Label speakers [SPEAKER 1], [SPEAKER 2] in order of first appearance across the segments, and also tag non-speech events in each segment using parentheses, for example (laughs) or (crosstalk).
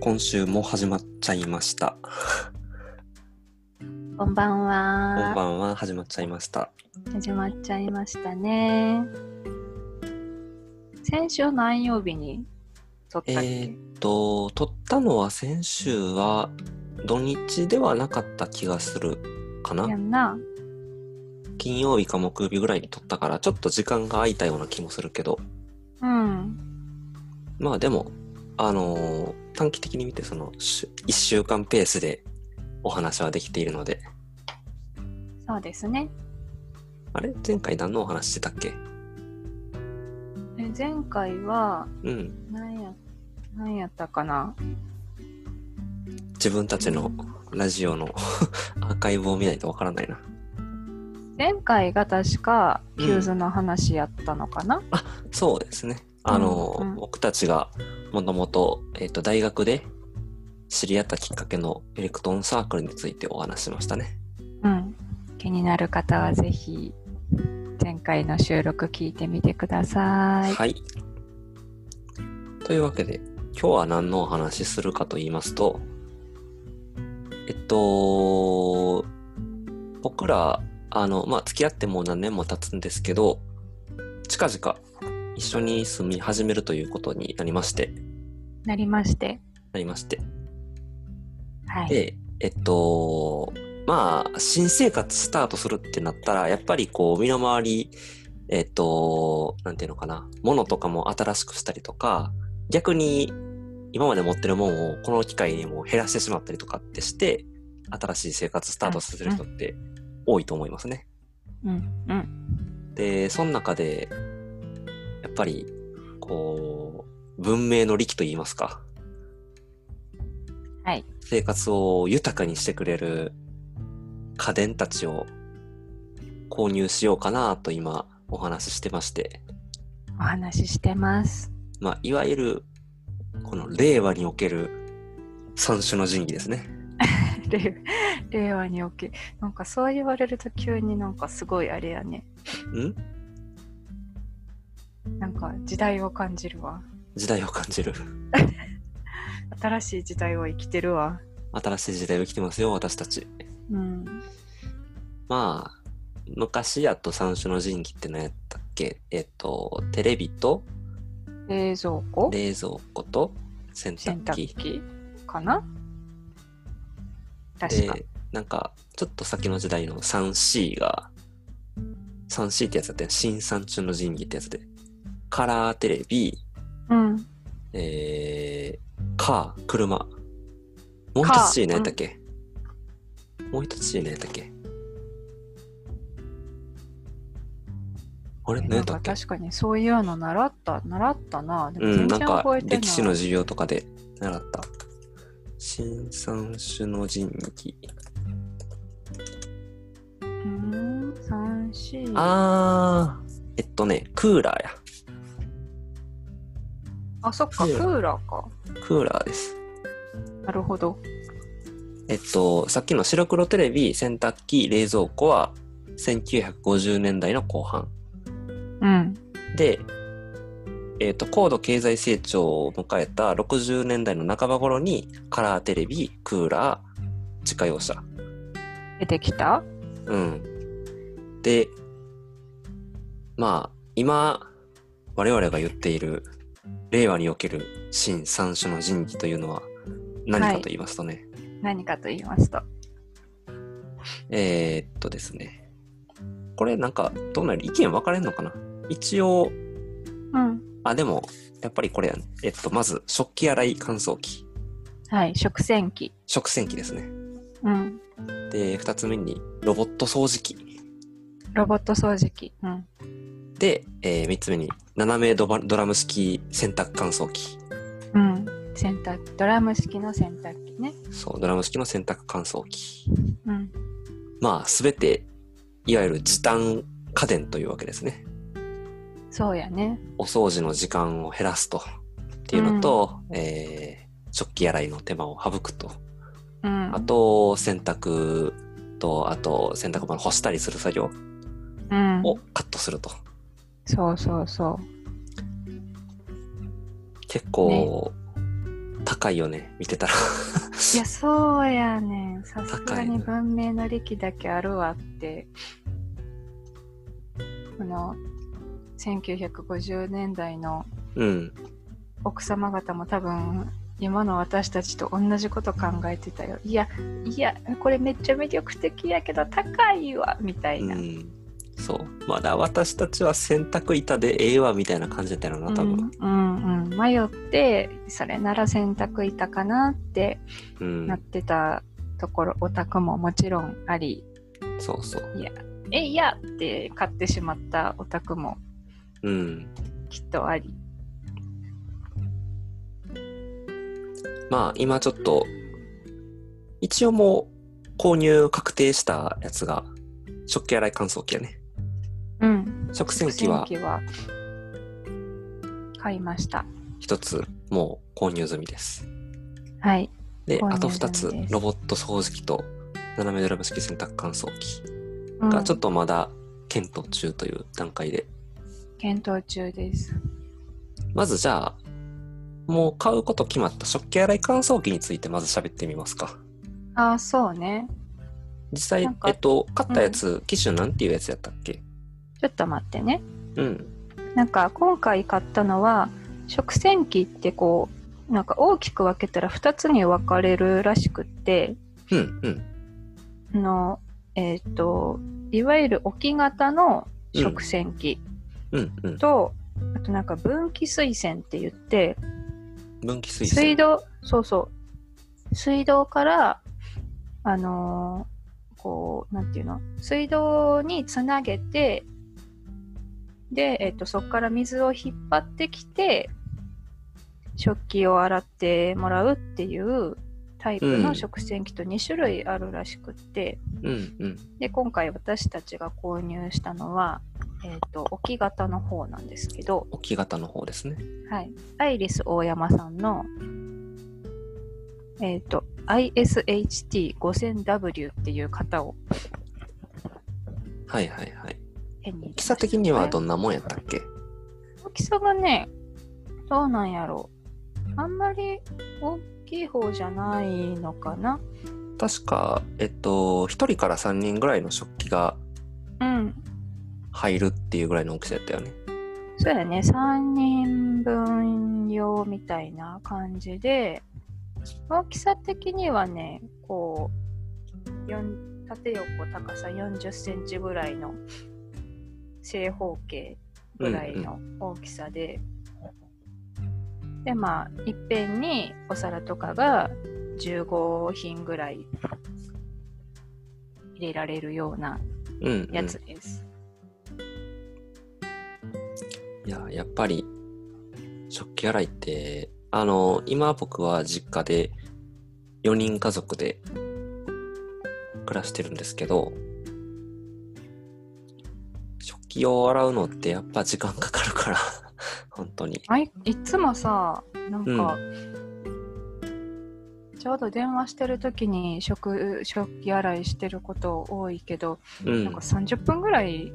[SPEAKER 1] 今週も始まっちゃいました。
[SPEAKER 2] こんばん
[SPEAKER 1] こん
[SPEAKER 2] は。
[SPEAKER 1] ばんは、始まっちゃいました。
[SPEAKER 2] 始まっちゃいましたね。先週何曜日に撮ったっけ、
[SPEAKER 1] えーっと、撮ったのは先週は土日ではなかった気がするかな
[SPEAKER 2] や。んな。
[SPEAKER 1] 金曜日か木曜日ぐらいに撮ったから、ちょっと時間が空いたような気もするけど、
[SPEAKER 2] うん。
[SPEAKER 1] まあでも、あのー短期的に見て、その、1週間ペースでお話はできているので、
[SPEAKER 2] そうですね。
[SPEAKER 1] あれ前回何のお話してたっけ
[SPEAKER 2] え前回は
[SPEAKER 1] うん。
[SPEAKER 2] 何や、何やったかな。
[SPEAKER 1] 自分たちのラジオの (laughs) アーカイブを見ないとわからないな。
[SPEAKER 2] 前回が確か
[SPEAKER 1] う
[SPEAKER 2] ヒ
[SPEAKER 1] ん
[SPEAKER 2] ューズの話やったのかな。
[SPEAKER 1] そうですね。あの、
[SPEAKER 2] うんうん
[SPEAKER 1] 僕たちがもともと、えっ、と、大学で知り合ったきっかけのエレクトーンサークルについてお話ししましたね。
[SPEAKER 2] うん。気になる方はぜひ前回の収録聞いてみてくださ。
[SPEAKER 1] はいというわけで、今日は何のお話しするかと言いますと、えっと、僕ら、あの、まあ、付き合ってもう何年も経つんですけど、近々一緒に住み始めるということになりまして、
[SPEAKER 2] なりまして。
[SPEAKER 1] なりまして、
[SPEAKER 2] はい。
[SPEAKER 1] で、えっと、まあ、新生活スタートするってなったら、やっぱりこう、身の回り、えっと、なんていうのかな、物とかも新しくしたりとか、逆に今まで持ってるもんをこの機会にもう減らしてしまったりとかってして、新しい生活スタートさせる人って多いと思いますね。
[SPEAKER 2] うん。うん。
[SPEAKER 1] で、その中で、やっぱり、こう、文明の利器と言いますか。
[SPEAKER 2] はい。
[SPEAKER 1] 生活を豊かにしてくれる家電たちを購入しようかなと今お話ししてまして、
[SPEAKER 2] お話ししてます。
[SPEAKER 1] まあ、いわゆるこの令和における三種の神器ですね。
[SPEAKER 2] 令 (laughs) 令和におけなんかそう言われると急になんかすごいあれやね
[SPEAKER 1] ん
[SPEAKER 2] なんか時代を感じるわ
[SPEAKER 1] 時代を感じる。
[SPEAKER 2] 新しい時代を生きてるわ
[SPEAKER 1] 新しい時代を生きてますよ、私たち。
[SPEAKER 2] うん
[SPEAKER 1] まあ、昔やと三種の神器って何やったっけえっと、テレビと
[SPEAKER 2] 冷蔵庫
[SPEAKER 1] 冷蔵庫と洗
[SPEAKER 2] 洗
[SPEAKER 1] 濯機
[SPEAKER 2] 濯。機かな確か
[SPEAKER 1] で、なんか、ちょっと先の時代の 3C が、3C ってやつだったよ。新三中の神器ってやつで。カラーテレビ、
[SPEAKER 2] うん
[SPEAKER 1] えー、カー、車。もう一つ C
[SPEAKER 2] カー
[SPEAKER 1] 何やったっけ、もう一つ C 何やったっけあれ
[SPEAKER 2] え
[SPEAKER 1] 何
[SPEAKER 2] な
[SPEAKER 1] や
[SPEAKER 2] ん
[SPEAKER 1] った
[SPEAKER 2] か
[SPEAKER 1] っけ
[SPEAKER 2] 確かにそういうの習った習ったなでも
[SPEAKER 1] うん、
[SPEAKER 2] 全
[SPEAKER 1] な
[SPEAKER 2] 然
[SPEAKER 1] んか
[SPEAKER 2] 覚えてない、
[SPEAKER 1] 歴史の授業とかで習った。新三種の神器。
[SPEAKER 2] うん三四あ
[SPEAKER 1] あー、えっとね、クーラーや。
[SPEAKER 2] そっかクーラーか
[SPEAKER 1] クーラーです。
[SPEAKER 2] なるほど
[SPEAKER 1] えっと、さっきの白黒テレビ、洗濯機、冷蔵庫は1950年代の後半。
[SPEAKER 2] うん
[SPEAKER 1] で、えっと、高度経済成長を迎えた60年代の半ば頃にカラーテレビ、クーラー、自家用車。
[SPEAKER 2] 出てきた
[SPEAKER 1] うん。で、まあ、今、我々が言っている令和における新三種の神器というのは何かと言いますとね、
[SPEAKER 2] 何かと言いますと
[SPEAKER 1] えーっとですね。これなんか、どうなる意見分かれんのかな一応、
[SPEAKER 2] うん
[SPEAKER 1] あ、でも、やっぱりこれやん、えっと、まず、食器洗い乾燥機。
[SPEAKER 2] はい、食洗機。
[SPEAKER 1] 食洗機ですね。
[SPEAKER 2] うん。
[SPEAKER 1] で、二つ目に、ロボット掃除機。
[SPEAKER 2] ロボット掃除機。うん。
[SPEAKER 1] で、えー三つ目に、斜めドバドラム式洗濯乾燥機。
[SPEAKER 2] うん。洗濯、ドラム式の洗濯機ね。
[SPEAKER 1] そう、ドラム式の洗濯乾燥機。
[SPEAKER 2] うん。
[SPEAKER 1] まあ、すべて、いわゆる時短家電というわけですね。
[SPEAKER 2] そうやね。
[SPEAKER 1] お掃除の時間を減らすと。っていうのと、えー食器洗いの手間を省くと。
[SPEAKER 2] うん。
[SPEAKER 1] あと、洗濯と、あと、洗濯物干したりする作業
[SPEAKER 2] うん。
[SPEAKER 1] をカットすると。
[SPEAKER 2] そうそうそ
[SPEAKER 1] 結構、多高いよね、見
[SPEAKER 2] (laughs)
[SPEAKER 1] てたら。
[SPEAKER 2] いや、そうやねん。さす
[SPEAKER 1] 高
[SPEAKER 2] が
[SPEAKER 1] い
[SPEAKER 2] に
[SPEAKER 1] な
[SPEAKER 2] 文明の利器だけあるわって。この1950年代の
[SPEAKER 1] うん。
[SPEAKER 2] 奥様方も多分今の私たちと同じこと考えてたよ。いや、いや、これめっちゃ魅力的やけど高いわみたいうな。
[SPEAKER 1] ん。そう。まだ私たちは洗濯板でええわみたいな感じだったよな、多分。
[SPEAKER 2] うんうんうん、迷ってそれなら洗濯板かなって
[SPEAKER 1] うん。
[SPEAKER 2] なってたところ、オタクももちろんあり
[SPEAKER 1] そうそう。
[SPEAKER 2] えいやって買ってしまったオタクも
[SPEAKER 1] うん。
[SPEAKER 2] きっとあり
[SPEAKER 1] まあ、今ちょっと、一応もう購入確定したやつが、食器洗い乾燥機やね。
[SPEAKER 2] うん
[SPEAKER 1] 食洗機は
[SPEAKER 2] は買いました
[SPEAKER 1] 一つもう購入済みです。
[SPEAKER 2] はい
[SPEAKER 1] で、
[SPEAKER 2] 購入済み
[SPEAKER 1] あと二つ
[SPEAKER 2] で、す
[SPEAKER 1] ロボット掃除機と斜めドラム式洗濯乾燥機
[SPEAKER 2] うん
[SPEAKER 1] がちょっとまだ検討中という段階で。
[SPEAKER 2] 検討中です
[SPEAKER 1] まずじゃあ、もう買うこと決まった食器洗い乾燥機についてまず喋ってみますか。
[SPEAKER 2] ああそうね
[SPEAKER 1] 実
[SPEAKER 2] な
[SPEAKER 1] 際
[SPEAKER 2] ん、か
[SPEAKER 1] えっと、買ったやつ、機種なんていうやつやったっけ
[SPEAKER 2] ちょっと待ってね
[SPEAKER 1] うん。
[SPEAKER 2] なんか今回買ったのは食洗機ってこうなんか大きく分けたら2つに分かれるらしくって
[SPEAKER 1] うん、うん。
[SPEAKER 2] あのえっ、といわゆる置き型の食洗機
[SPEAKER 1] うん、うん。
[SPEAKER 2] と、あとなんか分岐水洗って言って
[SPEAKER 1] 分岐水槽。
[SPEAKER 2] 水道そうそう水道からあのーこうなんていうの水道につなげてで、えっとそこから水を引っ張ってきて食器を洗ってもらうっていうタイプ
[SPEAKER 1] うん
[SPEAKER 2] の食洗機と2種類あるらしくって、
[SPEAKER 1] うん、うん。
[SPEAKER 2] で今回私たちが購入したのは、えっと置き型の方なんですけど、
[SPEAKER 1] 置き型の方ですね。
[SPEAKER 2] はい、アイリス大山さんの、えっと ISHT5000W っていう型を
[SPEAKER 1] はいはいはい。
[SPEAKER 2] 手に入れま
[SPEAKER 1] 大き
[SPEAKER 2] した
[SPEAKER 1] さ的にはどんなもんやったっけ
[SPEAKER 2] 大きさがねどうなんやろうあんまり大きい方じゃないのかな
[SPEAKER 1] 確か、えっと、1人から3人ぐらいの食器が
[SPEAKER 2] うん
[SPEAKER 1] 入るっていうぐらいの大きさやったよね。
[SPEAKER 2] そうやね3人分用みたいな感じで大きさ的にはねこうよん縦横高さ4 0センチぐらいの正方形ぐらいの大きさで、でまあいっぺんにお皿とかが15品ぐらい入れられるような
[SPEAKER 1] うん、うん。
[SPEAKER 2] やつです。
[SPEAKER 1] いや、やっぱり、食器洗いって、あの、今僕は実家で4人家族で暮らしてるんですけど、食器を洗うのってやっぱ時間かかるから、 (laughs) 本当に。
[SPEAKER 2] あいいつもさなんか、ちょうど電話してる時に食食器洗いしてること多いけど、
[SPEAKER 1] う
[SPEAKER 2] なん
[SPEAKER 1] ん
[SPEAKER 2] か。30分ぐらい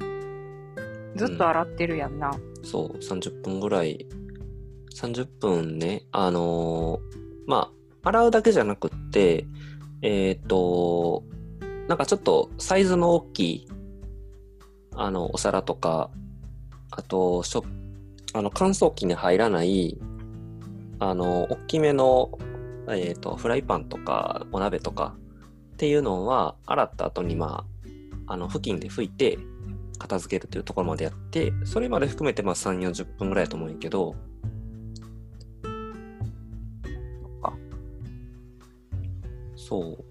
[SPEAKER 2] ずっと洗ってるやんな、
[SPEAKER 1] そう、30分ぐらい。30分ね、あのーまあ、洗うだけじゃなくって、えっ、と、なんかちょっとサイズの大きい、あの、お皿とか、あと、しょあの、乾燥機に入らない、あの、大きめの、えっ、と、フライパンとか、お鍋とかっていうのは、洗った後に、まあ、あの、布巾で拭いて、片付けるというところまでやって、それまで含めてまあ3、40分ぐらいだと思うんやけど、そう。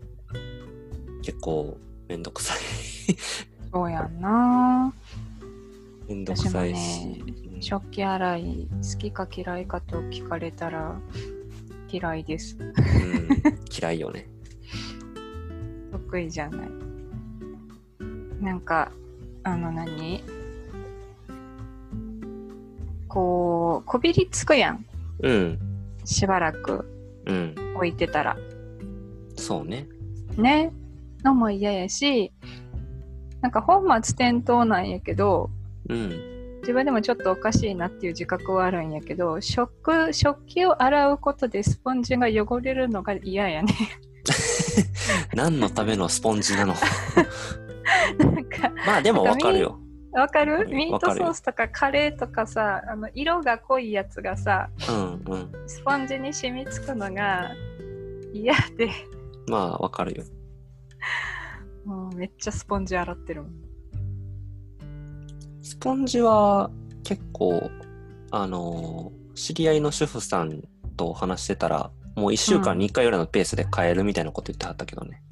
[SPEAKER 1] 結構めんどくさい。 (laughs)
[SPEAKER 2] そうやんな
[SPEAKER 1] めんどくさい
[SPEAKER 2] 私
[SPEAKER 1] し。
[SPEAKER 2] もね
[SPEAKER 1] うん
[SPEAKER 2] 食器洗い好きか嫌いかと聞かれたら嫌いです
[SPEAKER 1] うん、嫌いよね。
[SPEAKER 2] 得意じゃないなんかあの何こうこびりつくやん
[SPEAKER 1] うん。
[SPEAKER 2] しばらく
[SPEAKER 1] うん。
[SPEAKER 2] 置いてたら
[SPEAKER 1] そうね。
[SPEAKER 2] ねのも嫌やしなんか本末転倒なんやけど
[SPEAKER 1] うん。
[SPEAKER 2] 自分でもちょっとおかしいなっていう自覚はあるんやけど食食器を洗うことでスポンジが汚れるのが嫌やね (laughs)
[SPEAKER 1] 何のためのスポンジなの (laughs)
[SPEAKER 2] なんか
[SPEAKER 1] まあでもわかるよ。
[SPEAKER 2] わかる
[SPEAKER 1] うん
[SPEAKER 2] ミー
[SPEAKER 1] わか
[SPEAKER 2] ト
[SPEAKER 1] る
[SPEAKER 2] ソ
[SPEAKER 1] よ
[SPEAKER 2] ースとかカレーとかさあの色が濃いやつがさ
[SPEAKER 1] うんうん。
[SPEAKER 2] スポンジに染みつくのが嫌で
[SPEAKER 1] まあわかるよ。
[SPEAKER 2] もうめっちゃスポンジ洗ってるもん
[SPEAKER 1] スポンジは結構、あのー知り合いの主婦さんと話してたら、もう1週間に1回ぐらいのペースで買えるみたいなこと言ってはったけどね。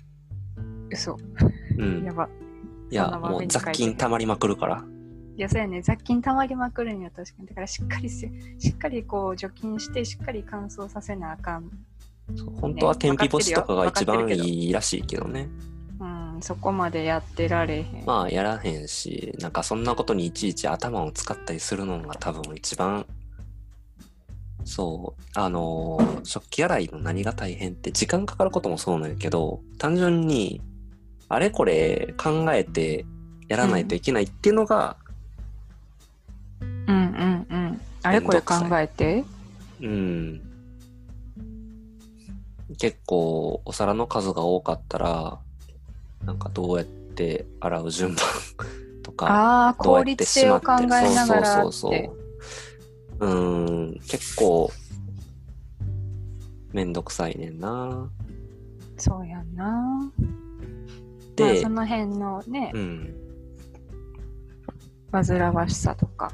[SPEAKER 2] 嘘
[SPEAKER 1] うん。
[SPEAKER 2] やば
[SPEAKER 1] いや
[SPEAKER 2] そ、んな
[SPEAKER 1] も
[SPEAKER 2] 豆
[SPEAKER 1] う
[SPEAKER 2] に
[SPEAKER 1] 雑
[SPEAKER 2] 書い
[SPEAKER 1] 菌
[SPEAKER 2] て
[SPEAKER 1] 溜まりまくるから。
[SPEAKER 2] いやそうやね雑菌たまりまくるんや確かにだからしっかりせしっかりこう除菌してしっかり乾燥させなあかん
[SPEAKER 1] そう本当は天日干しとかが一
[SPEAKER 2] わかっ
[SPEAKER 1] 番
[SPEAKER 2] てるよ
[SPEAKER 1] いいらしいけどね。
[SPEAKER 2] うんそこまでやってられへん、
[SPEAKER 1] まあやらへんし、なんかそんなことにいちいち頭を使ったりするのが多分一番、そう、あのー食器洗いの何が大変って時間かかることもそうなんやけど、単純にあれこれ考えてやらないといけないっていうのが、
[SPEAKER 2] うんうんうんあれこれ考えて
[SPEAKER 1] うん、結構お皿の数が多かったら、なんかどうやって洗う順番とか、
[SPEAKER 2] ああー
[SPEAKER 1] どうや
[SPEAKER 2] 効
[SPEAKER 1] って
[SPEAKER 2] 率
[SPEAKER 1] し
[SPEAKER 2] 性
[SPEAKER 1] ま
[SPEAKER 2] を
[SPEAKER 1] って
[SPEAKER 2] 考えながらって
[SPEAKER 1] そうそうそうそううーん結構めんどくさいねんな
[SPEAKER 2] そうやんな
[SPEAKER 1] で
[SPEAKER 2] まあ、その辺のね
[SPEAKER 1] うん
[SPEAKER 2] 煩わしさとか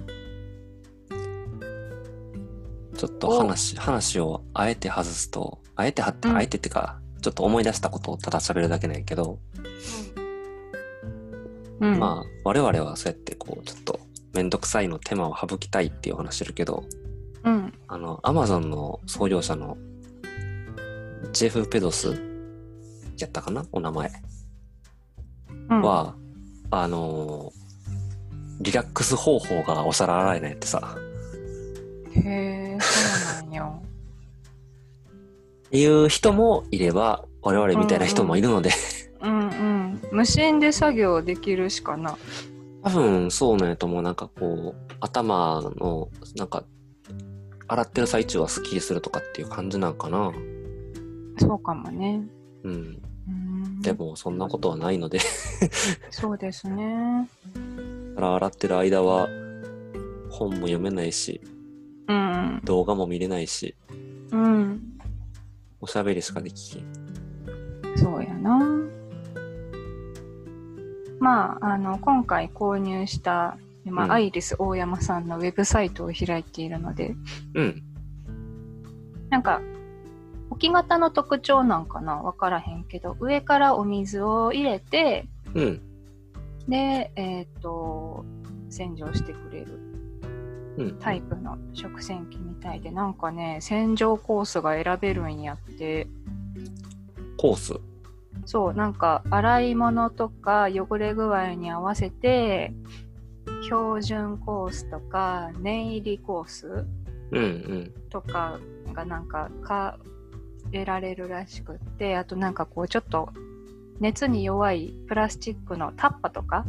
[SPEAKER 1] ちょっと話話をあえて外すとあえてはって、
[SPEAKER 2] うん
[SPEAKER 1] あえてってかちょっと思い出したことをただ喋るだけなんやけど、
[SPEAKER 2] うん、
[SPEAKER 1] まあ我々はそうやってこうちょっとめんどくさいの手間を省きたいっていう話してるけど
[SPEAKER 2] うん
[SPEAKER 1] あのアマゾンの創業者のジェフ・ペドスやったかなお名前
[SPEAKER 2] うん、
[SPEAKER 1] は、あのーリラックス方法がお皿洗えないってさ、
[SPEAKER 2] へえそうなんよ
[SPEAKER 1] いう人もいれば、我々みたいな人もいるので、
[SPEAKER 2] うんうん無心で作業できるしかな
[SPEAKER 1] 多分そうなんやと思う。なんかこう、頭の、なんか、洗ってる最中はスッキリするとかっていう感じなんかな。
[SPEAKER 2] そうかもね
[SPEAKER 1] うん。
[SPEAKER 2] うん
[SPEAKER 1] でも、そんなことはないので、
[SPEAKER 2] そうですね
[SPEAKER 1] 皿洗ってる間は、本も読めないし、
[SPEAKER 2] うん
[SPEAKER 1] 動画も見れないし、
[SPEAKER 2] うん
[SPEAKER 1] おしゃべりしかできひん。
[SPEAKER 2] そうやなまああの今回購入した今、
[SPEAKER 1] うん
[SPEAKER 2] アイリス大山さんのウェブサイトを開いているので
[SPEAKER 1] うん。
[SPEAKER 2] なんか置き型の特徴なんかな分からへんけど上からお水を入れて
[SPEAKER 1] うん。
[SPEAKER 2] でえっ、と洗浄してくれる
[SPEAKER 1] うん。
[SPEAKER 2] タイプの食洗機みたいでなんかね洗浄コースが選べるんやって
[SPEAKER 1] コース。
[SPEAKER 2] そうなんか洗い物とか汚れ具合に合わせて標準コースとか念入りコース
[SPEAKER 1] うんうん。
[SPEAKER 2] とかがなんかか得られるらしくってあとなんかこうちょっと熱に弱いプラスチックのタッパとか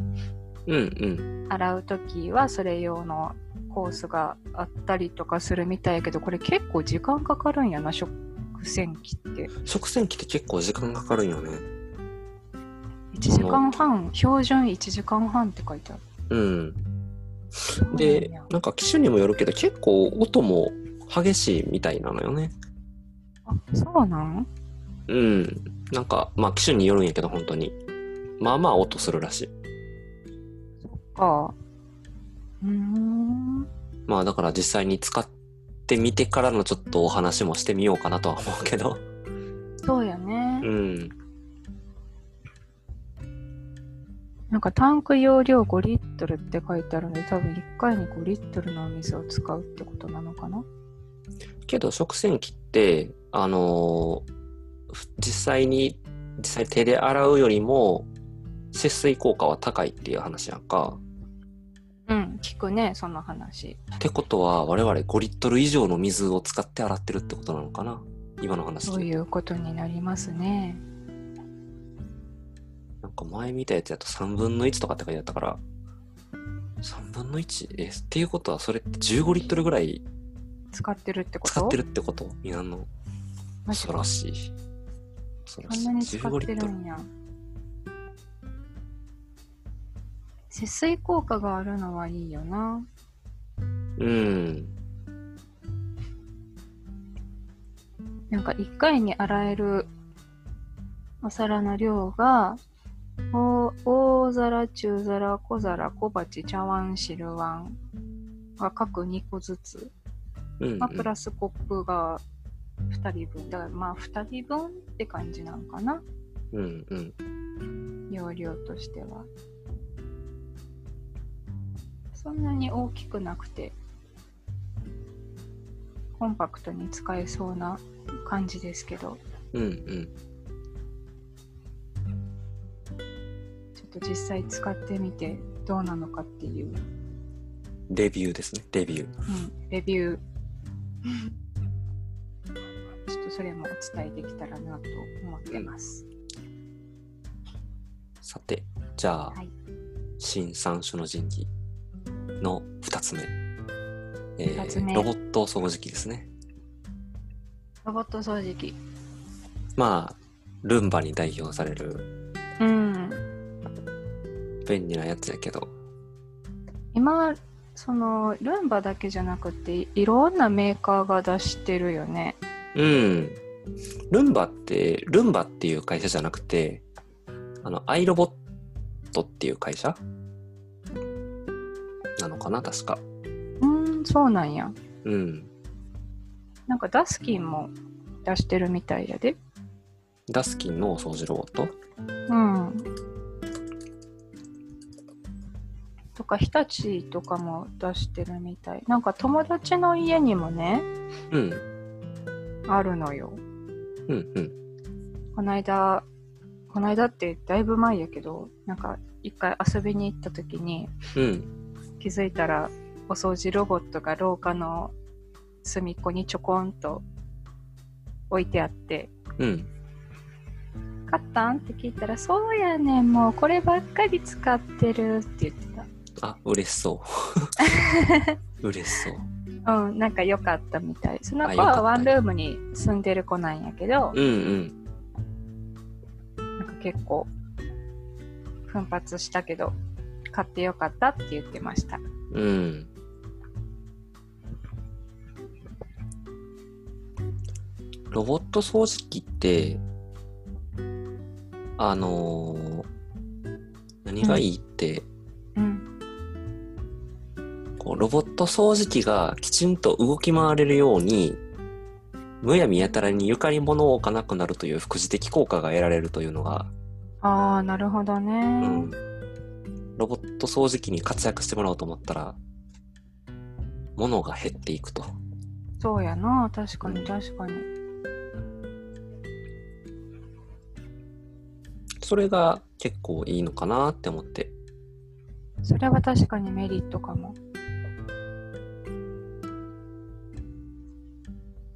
[SPEAKER 1] うんうん。
[SPEAKER 2] 洗う時はそれ用のコースがあったりとかするみたいやけどこれ結構時間かかるんやな食洗機って
[SPEAKER 1] 食洗機って結構時間かかるんよね。
[SPEAKER 2] 1時間半標準1時間半って書いてある
[SPEAKER 1] うん。
[SPEAKER 2] そうなん
[SPEAKER 1] で
[SPEAKER 2] や、
[SPEAKER 1] なんか機種にもよるけど、結構音も激しいみたいなのよね。
[SPEAKER 2] あそうなん
[SPEAKER 1] うん。なんか、まあ機種によるんやけど、本当に。まあまあ音するらしい。
[SPEAKER 2] か。うーん。
[SPEAKER 1] まあだから実際に使ってみてからのちょっとお話もしてみようかなとは思うけど。
[SPEAKER 2] そうやね。
[SPEAKER 1] うん。
[SPEAKER 2] なんかタンク容量5リットルって書いてあるので、多分1回に5リットルのお水を使うってことなのかな
[SPEAKER 1] けど食洗機って、あのーふ実際に、実際手で洗うよりも、節水効果は高いっていう話やんか。
[SPEAKER 2] うん、聞くね、その話。
[SPEAKER 1] ってことは我々5リットル以上の水を使って洗ってるってことなのかな今の話
[SPEAKER 2] そう
[SPEAKER 1] で
[SPEAKER 2] いうことになりますね。
[SPEAKER 1] なんか前見たやつやと3分の1とかって書いてあったから3分の1えっていうことはそれって15リットルぐらい
[SPEAKER 2] 使ってるってこと
[SPEAKER 1] 使ってるってこといらんの
[SPEAKER 2] マジ
[SPEAKER 1] 恐
[SPEAKER 2] か
[SPEAKER 1] ろしい恐ろ
[SPEAKER 2] あん
[SPEAKER 1] しい
[SPEAKER 2] なに使っ
[SPEAKER 1] 15リ
[SPEAKER 2] て
[SPEAKER 1] ット
[SPEAKER 2] る
[SPEAKER 1] ル
[SPEAKER 2] んや節水効果があるのはいいよな
[SPEAKER 1] うん
[SPEAKER 2] なんか一回に洗えるお皿の量がお大皿中皿小皿小鉢茶碗汁碗が各2個ずつ、
[SPEAKER 1] うんうん
[SPEAKER 2] まあ、プラスコップが2人分だからまあ2人分って感じなんかな
[SPEAKER 1] うんうん
[SPEAKER 2] 容量としてはそんなに大きくなくてコンパクトに使えそうな感じですけど
[SPEAKER 1] うんうん
[SPEAKER 2] ちょっと実際使ってみてどうなのかっていう、
[SPEAKER 1] レビューですねレビュー
[SPEAKER 2] うん、レビューちょっとそれもお伝えできたらなと思ってます、
[SPEAKER 1] さてじゃあ、
[SPEAKER 2] はい
[SPEAKER 1] 新三種の神器の2つ目,、えー
[SPEAKER 2] 二つ目
[SPEAKER 1] ロボット掃除機ですね
[SPEAKER 2] ロボット掃除機
[SPEAKER 1] まあルンバに代表される
[SPEAKER 2] うん
[SPEAKER 1] 便利なやつやけど
[SPEAKER 2] 今そのルンバだけじゃなくていいろんなメーカーが出してるよね
[SPEAKER 1] うん。ルンバって、ルンバっていう会社じゃなくて、あの、アイロボットっていう会社なのかな、確か。
[SPEAKER 2] うーんそうなんや
[SPEAKER 1] うん。
[SPEAKER 2] なんかダスキンも出してるみたいやで
[SPEAKER 1] ダスキンのお掃除ロボット
[SPEAKER 2] うんとか日立とかも出してるみたいなんか友達の家にもね
[SPEAKER 1] うん。
[SPEAKER 2] あるのよ
[SPEAKER 1] うんうん。
[SPEAKER 2] こないだこないだってだいぶ前やけどなんか一回遊びに行った時に
[SPEAKER 1] うん。
[SPEAKER 2] 気づいたらお掃除ロボットが廊下の隅っこにちょこんと置いてあって
[SPEAKER 1] うん。
[SPEAKER 2] 買ったんって聞いたら「そうやねんもうこればっかり使ってる」って言って
[SPEAKER 1] あ、嬉し (laughs) そう。嬉しそう。
[SPEAKER 2] たうんなんか良かったみたいその
[SPEAKER 1] あ
[SPEAKER 2] 子
[SPEAKER 1] 良かった
[SPEAKER 2] はワンルームに住んでる子なんやけど
[SPEAKER 1] うんうん。
[SPEAKER 2] なんか結構奮発したけど買ってよかったって言ってました
[SPEAKER 1] うん。ロボット掃除機って、あのー何がいいって、
[SPEAKER 2] うん
[SPEAKER 1] こうロボット掃除機がきちんと動き回れるように、むやみやたらに床に物を置かなくなるという副次的効果が得られるというのが、
[SPEAKER 2] ああなるほどね、
[SPEAKER 1] うん、ロボット掃除機に活躍してもらおうと思ったら、物が減っていくと。
[SPEAKER 2] そうやな確か
[SPEAKER 1] う
[SPEAKER 2] に
[SPEAKER 1] ん
[SPEAKER 2] 確かに
[SPEAKER 1] それが結構いいのかなって思って。
[SPEAKER 2] それは確かにメリットかも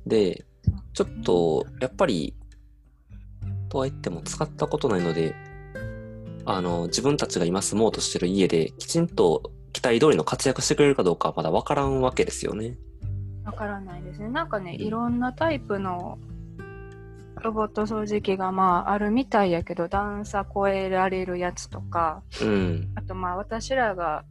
[SPEAKER 1] で、ちょっと、やっぱり、とは言っても使ったことないので、あの、自分たちが今住もうとしてる家で、きちんと期待通りの活躍してくれるかどうかはまだわからんわけですよね。
[SPEAKER 2] わからないですねなんかね
[SPEAKER 1] うん
[SPEAKER 2] いろんなタイプのロボット掃除機がまああるみたいやけど段差超えられるやつとか
[SPEAKER 1] うん。
[SPEAKER 2] あとまあ私らが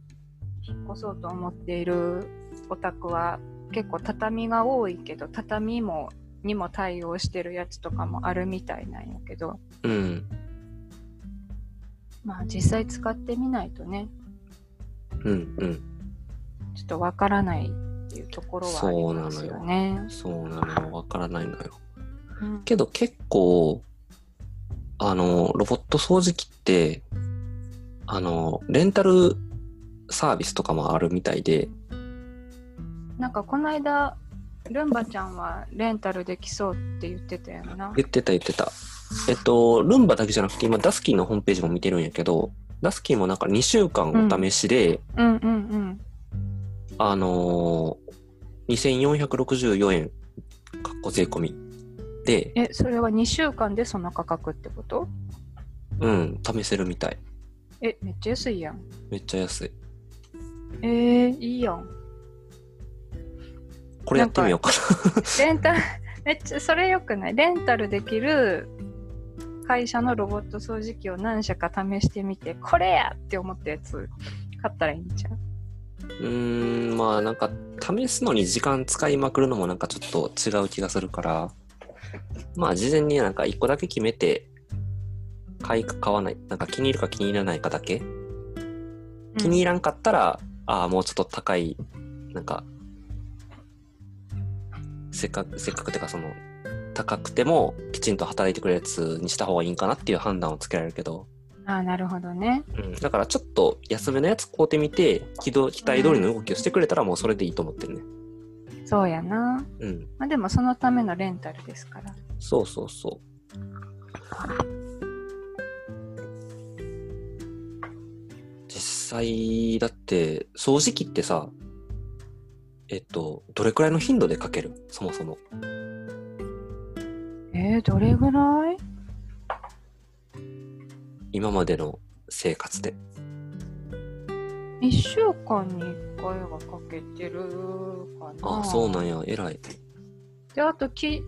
[SPEAKER 2] 引っ越そうと思っているお宅は結構畳が多いけど畳もにも対応してるやつとかもあるみたいなんやけど
[SPEAKER 1] うん。
[SPEAKER 2] まあ実際使ってみないとね
[SPEAKER 1] うん。うん。
[SPEAKER 2] ちょっとわからないっていうところはありますよね。
[SPEAKER 1] そうなのよ。わからないのよ。
[SPEAKER 2] うん
[SPEAKER 1] けど結構、あの、ロボット掃除機って、あの、レンタルサービスとかもあるみたいで、
[SPEAKER 2] なんかこの間ルンバちゃんはレンタルできそうって言ってたよな。
[SPEAKER 1] 言ってた言ってた。えっと、ルンバだけじゃなくて、今、ダスキンのホームページも見てるんやけど、ダスキンもなんか2週間お試しで、
[SPEAKER 2] うんうんうん。
[SPEAKER 1] あのー、2464円、かっこ税込み。で、
[SPEAKER 2] え、それは2週間でその価格ってこと
[SPEAKER 1] うん、試せるみたい。
[SPEAKER 2] え、めっちゃ安いやん。
[SPEAKER 1] めっちゃ安い。
[SPEAKER 2] えー、いいやん。
[SPEAKER 1] これやってみようか
[SPEAKER 2] レンタル、 (laughs) めっちゃ、それよくないレンタルできる会社のロボット掃除機を何社か試してみて、これやって思ったやつ買ったらいいんじゃん。
[SPEAKER 1] な。うーん、まあなんか試すのに時間使いまくるのもなんかちょっと違う気がするから、まあ事前になんか一個だけ決めて、買いか買わない、なんか気に入るか気に入らないかだけ。気に入らんかったら、ああ、もうちょっと高い、なんか、せっかく、せっかくてかその、高くてもきちんと働いてくれるやつにした方がいいんかなっていう判断をつけられるけど、
[SPEAKER 2] うん、ああ、なるほどね。
[SPEAKER 1] うん、だからちょっと安めのやつ買うてみて期ど期待通りの動きをしてくれたらもうそれでいいと思ってるね
[SPEAKER 2] そうやな。
[SPEAKER 1] うん
[SPEAKER 2] まあでもそのためのレンタルですから。
[SPEAKER 1] そうそうそうん実際だって掃除機ってさえっとどれくらいの頻度でかけるそもそも
[SPEAKER 2] えー、どれぐらい
[SPEAKER 1] 今までの生活で
[SPEAKER 2] ?1 週間に1回はかけてるかな。
[SPEAKER 1] ああそうなんや偉い
[SPEAKER 2] であと木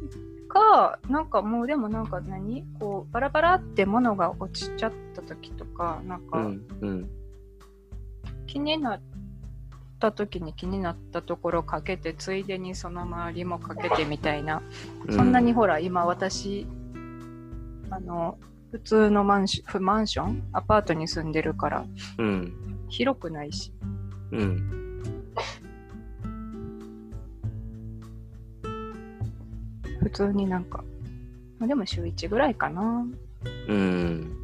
[SPEAKER 2] がなんかもうでもなんか何こうバラバラってものが落ちちゃった時とかなん
[SPEAKER 1] う
[SPEAKER 2] か
[SPEAKER 1] んうん
[SPEAKER 2] 気になった時に気になったところかけてついでにその周りもかけてみたいな、そんなにほら今私あの普通のマンションマンションアパートに住んでるから
[SPEAKER 1] うん
[SPEAKER 2] 広くないし
[SPEAKER 1] うん
[SPEAKER 2] 普通になんかまあでも週1ぐらいかな
[SPEAKER 1] うん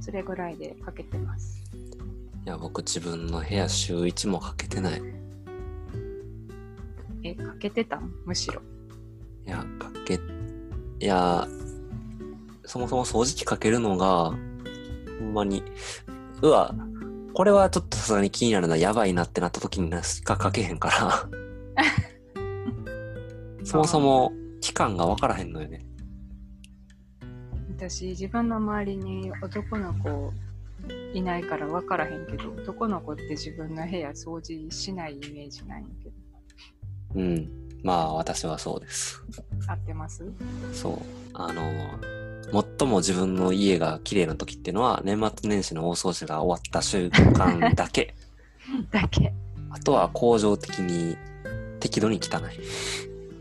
[SPEAKER 2] それぐらいでかけてます
[SPEAKER 1] いや僕自分の部屋週1もかけてない
[SPEAKER 2] えかけてたんむしろ
[SPEAKER 1] いや、かけ、いや、そもそも掃除機かけるのが、ほんまに、うわ、これはちょっとさすがに気になるな、やばいなってなった時になしかかけへんから。 (laughs) そもそも期間が分からへんのよね。
[SPEAKER 2] 私自分の周りに男の子いないから分からへんけど男の子って自分の部屋掃除しないイメージないんやけど
[SPEAKER 1] うん。まあ、私はそうです。
[SPEAKER 2] 合ってます
[SPEAKER 1] そう。あの、最も自分の家が綺麗な時っていうのは、年末年始の大掃除が終わった瞬間だけ。 (laughs)
[SPEAKER 2] だけ
[SPEAKER 1] あとは、恒常的に適度に汚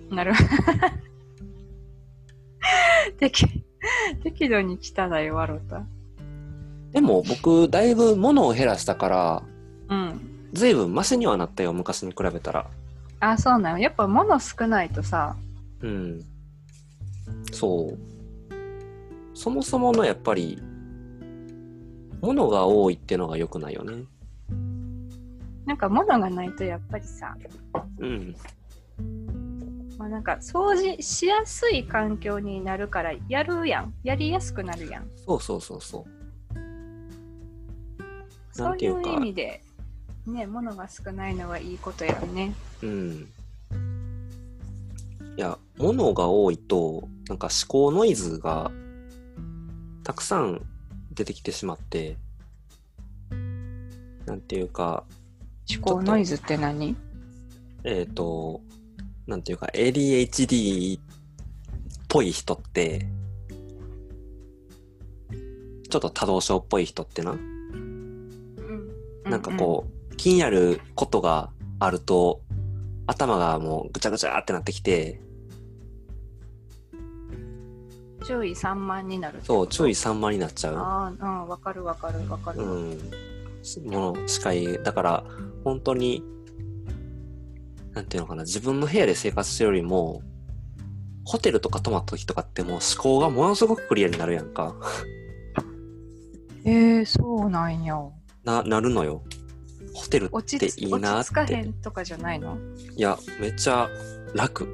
[SPEAKER 1] い。
[SPEAKER 2] なるほ (laughs) ど適適度に汚いわろた
[SPEAKER 1] でも僕だいぶ物を減らしたから
[SPEAKER 2] うん
[SPEAKER 1] 随分マシにはなったよ昔に比べたら
[SPEAKER 2] あそうなのやっぱ物少ないとさ
[SPEAKER 1] うんそうそもそものやっぱり物が多いってのが良くないよね
[SPEAKER 2] なんか物がないとやっぱりさ、
[SPEAKER 1] うん
[SPEAKER 2] まあ、なんか掃除しやすい環境になるからやるやんやりやすくなるやん
[SPEAKER 1] そうそうそうそう
[SPEAKER 2] そ
[SPEAKER 1] な
[SPEAKER 2] うん
[SPEAKER 1] て
[SPEAKER 2] い
[SPEAKER 1] いう
[SPEAKER 2] う
[SPEAKER 1] か
[SPEAKER 2] 意味で、ね、物が少ないのはいいことやね。
[SPEAKER 1] うんいや物が多いとなんか思考ノイズがたくさん出てきてしまってなんていうか
[SPEAKER 2] 思考ノイズって何
[SPEAKER 1] えっ、と、なんていうか、ADHD っぽい人って、ちょっと多動症っぽい人ってな、なんかこう、気になることがあると、頭がもうぐちゃぐちゃってなってきて、
[SPEAKER 2] うん、うん注意散漫になる。
[SPEAKER 1] そう、注意散漫になっちゃ
[SPEAKER 2] ああ、うん、わかるわかるわか
[SPEAKER 1] う。
[SPEAKER 2] る。
[SPEAKER 1] うん。もの、視界。だから、本当に、なんていうのかな、自分の部屋で生活してるよりも、ホテルとか泊まった時とかってもう思考がものすごくクリアになるやんか。
[SPEAKER 2] えー、そうなんや。
[SPEAKER 1] な、なるのよ。ホテルっ
[SPEAKER 2] 落ち
[SPEAKER 1] て
[SPEAKER 2] つ
[SPEAKER 1] いいな
[SPEAKER 2] 落
[SPEAKER 1] っ
[SPEAKER 2] ち着かへ
[SPEAKER 1] て。
[SPEAKER 2] んとかじゃないの
[SPEAKER 1] いや、めっちゃ楽。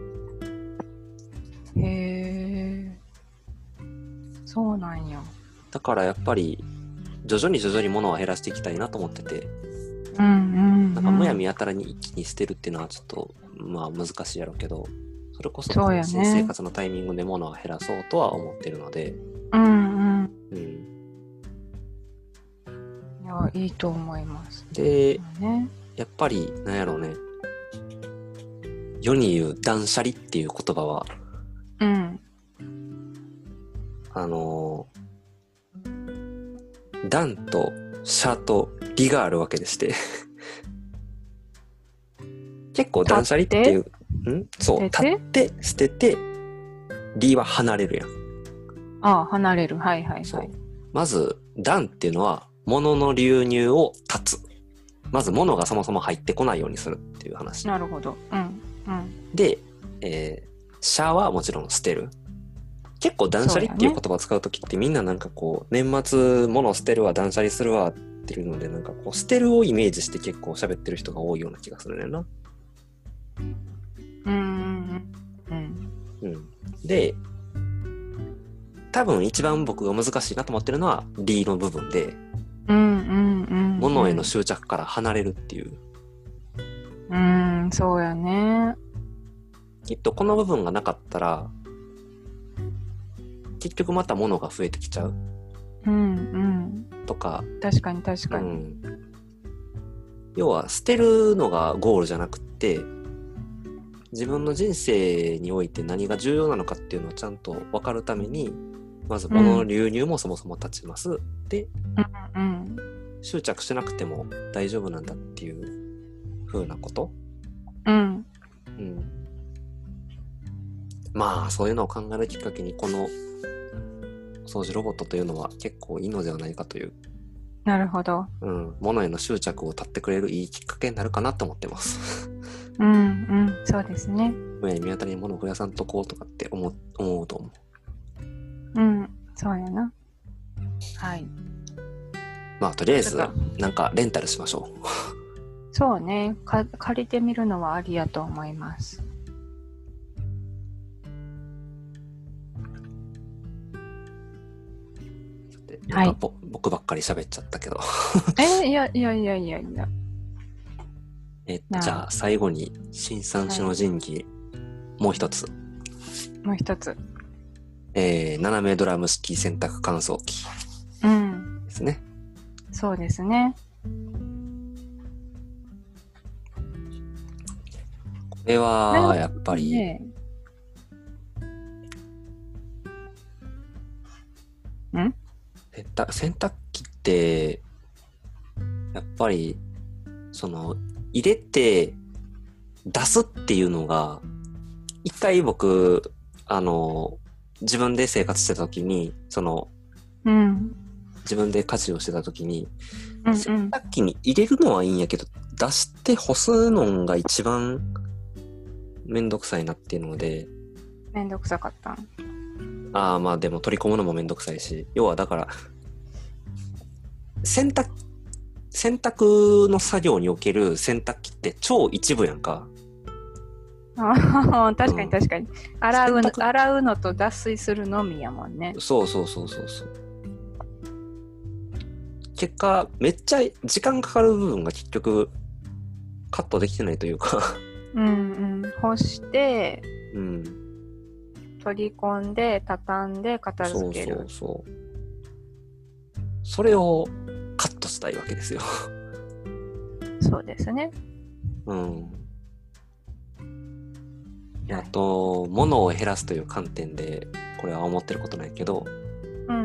[SPEAKER 2] へえー、そうなんや。
[SPEAKER 1] だからやっぱり、徐々に徐々に物は減らしていきたいなと思ってて、
[SPEAKER 2] うんうん、うん。
[SPEAKER 1] なんかむやみやたらに一気に捨てるっていうのはちょっと、まあ難しいやろうけど、それこそ
[SPEAKER 2] そうやね
[SPEAKER 1] 新生活のタイミングで物は減らそうとは思ってるので、
[SPEAKER 2] うんうん。
[SPEAKER 1] うん。
[SPEAKER 2] あいいと思います。
[SPEAKER 1] で、
[SPEAKER 2] ね、
[SPEAKER 1] やっぱり、なんやろうね。世に言う断捨離っていう言葉は、
[SPEAKER 2] うん。
[SPEAKER 1] あのー断と捨と離があるわけでして。 (laughs) 結構断捨離っていう、んそう、立
[SPEAKER 2] 捨て
[SPEAKER 1] って捨てて、離は離れるやん。
[SPEAKER 2] ああ、離れる。はいはい
[SPEAKER 1] そ
[SPEAKER 2] は
[SPEAKER 1] う
[SPEAKER 2] い。。
[SPEAKER 1] まず、断っていうのは、物の流入を断つ。まず物がそもそも入ってこないようにするっていう話。
[SPEAKER 2] なるほど。うん。うん。
[SPEAKER 1] で、えー、シャはもちろん捨てる。結構断捨離っていう
[SPEAKER 2] そ
[SPEAKER 1] 言
[SPEAKER 2] うだね
[SPEAKER 1] 葉を使うときってみんななんかこう、年末物捨てるわ、断捨離するわっていうので、なんかこう、捨てるをイメージして結構喋ってる人が多いような気がするねんな。
[SPEAKER 2] うーん。うん。
[SPEAKER 1] うん。で、多分一番僕が難しいなと思ってるのは、リーの部分で、
[SPEAKER 2] うんうんうん。
[SPEAKER 1] 物への執着から離れるっていう。
[SPEAKER 2] うん、そうやね。
[SPEAKER 1] きっとこの部分がなかったら、結局また物が増えてきちゃう
[SPEAKER 2] うん
[SPEAKER 1] とか、
[SPEAKER 2] うん。確かに確か
[SPEAKER 1] う
[SPEAKER 2] に。
[SPEAKER 1] ん、要は捨てるのがゴールじゃなくって自分の人生において何が重要なのかっていうのをちゃんと分かるためにまず物の流入もそもそも立ちます、
[SPEAKER 2] うん。
[SPEAKER 1] 執着しなくても大丈夫なんだっていう風なこと、
[SPEAKER 2] うん。
[SPEAKER 1] うん、まあそういうのを考えるきっかけにこの掃除ロボットというのは結構いいのではないかという、
[SPEAKER 2] なるほど。
[SPEAKER 1] うん、物への執着を立ってくれるいいきっかけになるかなと思ってます。
[SPEAKER 2] うんうん。そうですね。
[SPEAKER 1] 親に見当たりのものを増やさんとこうとかって思う思うと思う。
[SPEAKER 2] うん。そうやな。はい。
[SPEAKER 1] まあとりあえず
[SPEAKER 2] なんか
[SPEAKER 1] なんかレンタルしましょう。
[SPEAKER 2] そうね。か借りてみるのはありやと思います。
[SPEAKER 1] って
[SPEAKER 2] はい
[SPEAKER 1] なんかぼ僕ばっかり喋っちゃったけど。
[SPEAKER 2] え、いやいやいやいやいや。
[SPEAKER 1] えっ
[SPEAKER 2] な
[SPEAKER 1] と、
[SPEAKER 2] あ
[SPEAKER 1] じゃあ最後に新三種の神器、もう一つ。
[SPEAKER 2] もう一つ。
[SPEAKER 1] えー、斜めドラム式洗濯乾燥機
[SPEAKER 2] うん。
[SPEAKER 1] ですね。
[SPEAKER 2] そうですね。
[SPEAKER 1] これ
[SPEAKER 2] な
[SPEAKER 1] は
[SPEAKER 2] ん
[SPEAKER 1] やっぱり、
[SPEAKER 2] ね
[SPEAKER 1] 洗濯洗濯機ってやっぱりその入れて出すっていうのが一回僕あの自分で生活してた時にその
[SPEAKER 2] うん。
[SPEAKER 1] 自分で家事をしてた時に、
[SPEAKER 2] うんう
[SPEAKER 1] 洗
[SPEAKER 2] ん。
[SPEAKER 1] 濯機に入れるのはいいんやけど出して干すのが一番めんどくさいなっていうので
[SPEAKER 2] めんどくさかった。 (laughs)
[SPEAKER 1] ああまあでも取り込むのもめんどくさいし要はだから洗濯洗濯の作業における洗濯機って超一部やんか
[SPEAKER 2] あー確か
[SPEAKER 1] うん
[SPEAKER 2] に確かに、洗う
[SPEAKER 1] 洗濯
[SPEAKER 2] 洗うのと脱水するのみやもんね
[SPEAKER 1] そうそうそうそうそう結果めっちゃ時間かかる部分が結局カットできてないというか (laughs)
[SPEAKER 2] うんうん干して
[SPEAKER 1] うん
[SPEAKER 2] 取り込んで畳んで片
[SPEAKER 1] そ
[SPEAKER 2] 付
[SPEAKER 1] う
[SPEAKER 2] け
[SPEAKER 1] そ
[SPEAKER 2] る
[SPEAKER 1] うそうそれをカットしたいわけですよ
[SPEAKER 2] そうですね
[SPEAKER 1] うん
[SPEAKER 2] は
[SPEAKER 1] あ
[SPEAKER 2] い
[SPEAKER 1] と、物を減らすという観点で、これは思ってることないけど、
[SPEAKER 2] うん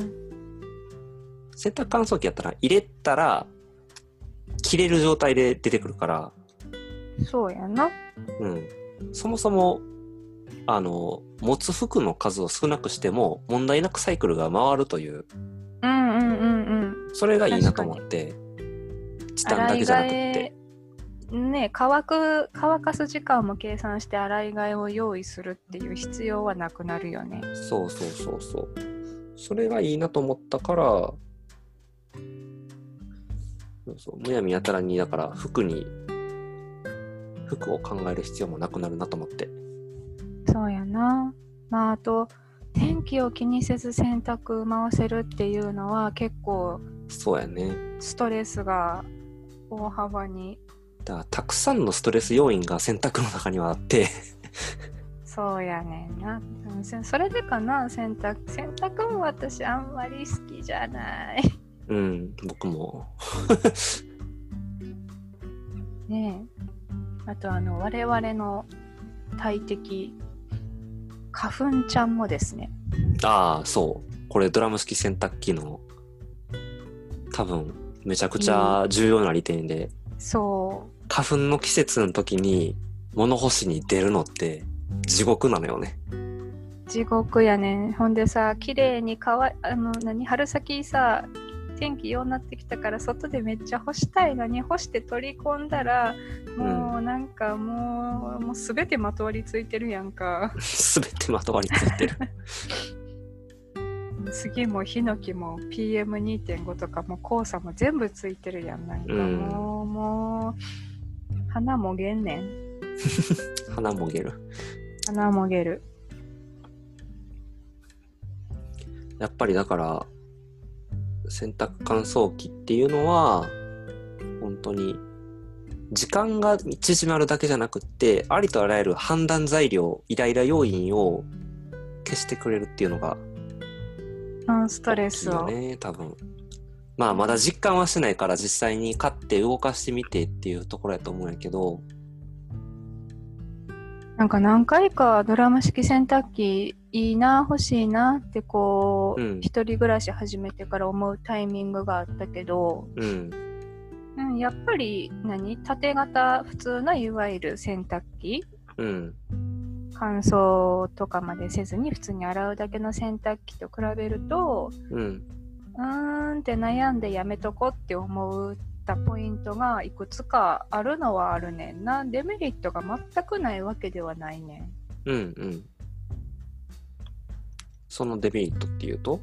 [SPEAKER 1] 洗濯乾燥機やったら入れたら、切れる状態で出てくるから、
[SPEAKER 2] そうやな
[SPEAKER 1] うん。そもそも、あの、持つ服の数を少なくしても、問題なくサイクルが回るという、
[SPEAKER 2] うんうんうんうん
[SPEAKER 1] それがいいなと思って、チタンだけじゃなくって、
[SPEAKER 2] えね乾く乾かす時間も計算して洗い替えを用意するっていう必要はなくなるよね
[SPEAKER 1] そうそうそうそう。それがいいなと思ったから、そうそう、むやみやたらに、だから服に、服を考える必要もなくなるなと思って。
[SPEAKER 2] そうやなまああと天気を気にせず洗濯回せるっていうのは結構
[SPEAKER 1] そうやね。
[SPEAKER 2] ストレスが大幅に
[SPEAKER 1] だから、たくさんのストレス要因が選択の中にはあって、 (laughs)
[SPEAKER 2] そうやねんなうんせそれでかな洗濯洗濯も私あんまり好きじゃない
[SPEAKER 1] うん、僕も。
[SPEAKER 2] ねえあとあの我々の大敵花粉ちゃんもですね
[SPEAKER 1] ああ、そう。これドラム式洗濯機の、多分、めちゃくちゃ重要な利点で、
[SPEAKER 2] そ
[SPEAKER 1] 花粉の季節の時に物干しに出るのって地獄なのよね。 (laughs)
[SPEAKER 2] う地獄やねんほんでさ綺麗にかわあの何春先さ天気ようになってきたから外でめっちゃ干したいのに干して取り込んだらもうなんかもう,、もう全てまとわりついてるやんか
[SPEAKER 1] すべてまとわりつい
[SPEAKER 2] (laughs)
[SPEAKER 1] てる。
[SPEAKER 2] 次もヒノキも PM2.5 とかも黄砂も全部ついてるやんなんかもう、もう花もげんねん
[SPEAKER 1] 花もげる。
[SPEAKER 2] 花もげる
[SPEAKER 1] やっぱりだから、洗濯乾燥機っていうのは、本当に、時間が縮まるだけじゃなくって、ありとあらゆる判断材料、イライラ要因を消してくれるっていうのが、
[SPEAKER 2] ノンストレス
[SPEAKER 1] よ
[SPEAKER 2] を、
[SPEAKER 1] ね、多分。まあ、まだ実感はしてないから、実際に買って動かしてみてっていうところやと思うんやけど、
[SPEAKER 2] なんか何回かドラム式洗濯機いいな欲しいなってこう、
[SPEAKER 1] うん
[SPEAKER 2] 一人暮らし始めてから思うタイミングがあったけど、
[SPEAKER 1] うん、
[SPEAKER 2] うん、やっぱり何縦型普通のいわゆる洗濯機
[SPEAKER 1] うん、
[SPEAKER 2] 乾燥とかまでせずに普通に洗うだけの洗濯機と比べると
[SPEAKER 1] うん、
[SPEAKER 2] うーんって悩んでやめとこって思ったポイントがいくつかあるのはあるねんなデメリットが全くないわけではないねん。
[SPEAKER 1] うん、うん。そのデメリットっていうと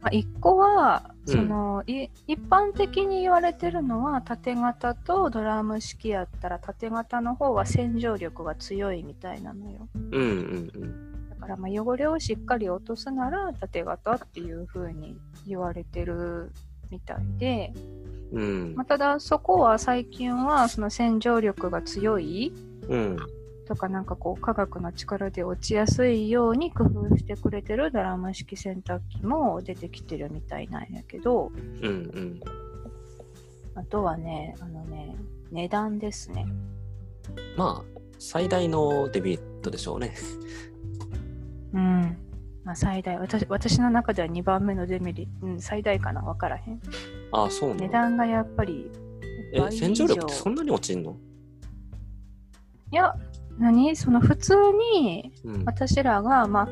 [SPEAKER 2] まあ、1個は
[SPEAKER 1] うん
[SPEAKER 2] その、い一般的に言われてるのは縦型とドラム式やったら縦型の方は洗浄力が強いみたいなのよ
[SPEAKER 1] うん、うん、うん。
[SPEAKER 2] だからまあ汚れをしっかり落とすなら縦型っていう風に言われてるみたいで、
[SPEAKER 1] うん
[SPEAKER 2] まあ、ただそこは最近はその洗浄力が強い
[SPEAKER 1] うん
[SPEAKER 2] とかなんかこう科学の力で落ちやすいように工夫してくれてるドラム式洗濯機も出てきてるみたいなんやけど、
[SPEAKER 1] うん
[SPEAKER 2] あとはね、あのね、値段ですね。
[SPEAKER 1] まあ最大のデメリットでしょうね。
[SPEAKER 2] うん。まあ、最大私、私の中では2番目のデメリ、うん、最大かな、分からへん。
[SPEAKER 1] ああそうな
[SPEAKER 2] 値
[SPEAKER 1] の。
[SPEAKER 2] 段がやっぱり
[SPEAKER 1] え
[SPEAKER 2] 倍以上
[SPEAKER 1] 洗浄力ってそんなに落ちんの？
[SPEAKER 2] いや、何その普通に
[SPEAKER 1] うん
[SPEAKER 2] 私らが、まあ、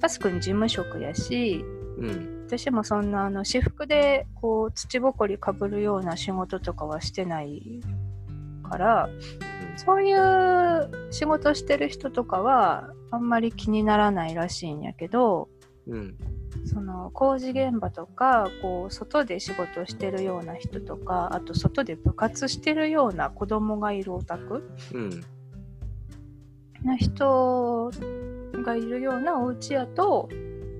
[SPEAKER 2] タスクに事務職やし、
[SPEAKER 1] うん
[SPEAKER 2] 私もそんなあの私服でこう土ぼこりかぶるような仕事とかはしてないから、そういう仕事してる人とかはあんまり気にならないらしいんやけど、
[SPEAKER 1] うん
[SPEAKER 2] その工事現場とかこう外で仕事してるような人とかあと外で部活してるような子供がいるお宅
[SPEAKER 1] うん
[SPEAKER 2] な人がいるようなお家やと
[SPEAKER 1] う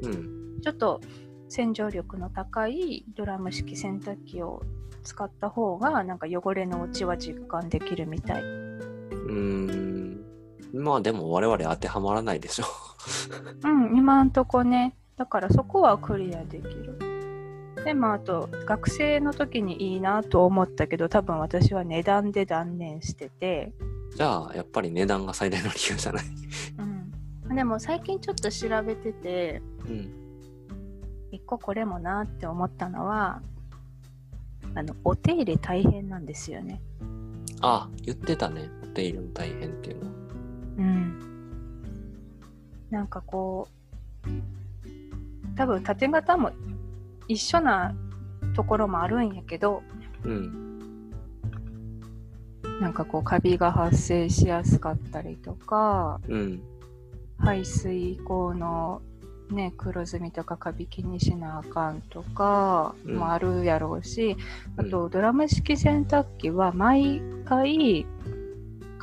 [SPEAKER 1] ん
[SPEAKER 2] ちょっと洗浄力の高いドラム式洗濯機を使った方がなんか汚れの落ちは実感できるみたい。
[SPEAKER 1] うんまあでも我々当てはまらないでしょ。
[SPEAKER 2] うん、今んとこね。だからそこはクリアできる。で、まあ、あと、学生の時にいいなと思ったけど、多分私は値段で断念してて、
[SPEAKER 1] じゃあやっぱり値段が最大の理由じゃない。
[SPEAKER 2] うん。でも最近ちょっと調べてて、
[SPEAKER 1] うん
[SPEAKER 2] 一個これもなって思ったのは、あの、お手入れ大変なんですよね。
[SPEAKER 1] あ言ってたね。お手入れも大変っていうのは。
[SPEAKER 2] うん。なんかこう、多分縦型も一緒なところもあるんやけど、
[SPEAKER 1] うん
[SPEAKER 2] なんかこうカビが発生しやすかったりとか
[SPEAKER 1] うん
[SPEAKER 2] 排水口のね黒ずみとかカビ気にしなあかんとか
[SPEAKER 1] うん
[SPEAKER 2] もあるやろうし、
[SPEAKER 1] うん
[SPEAKER 2] あとドラム式洗濯機は毎回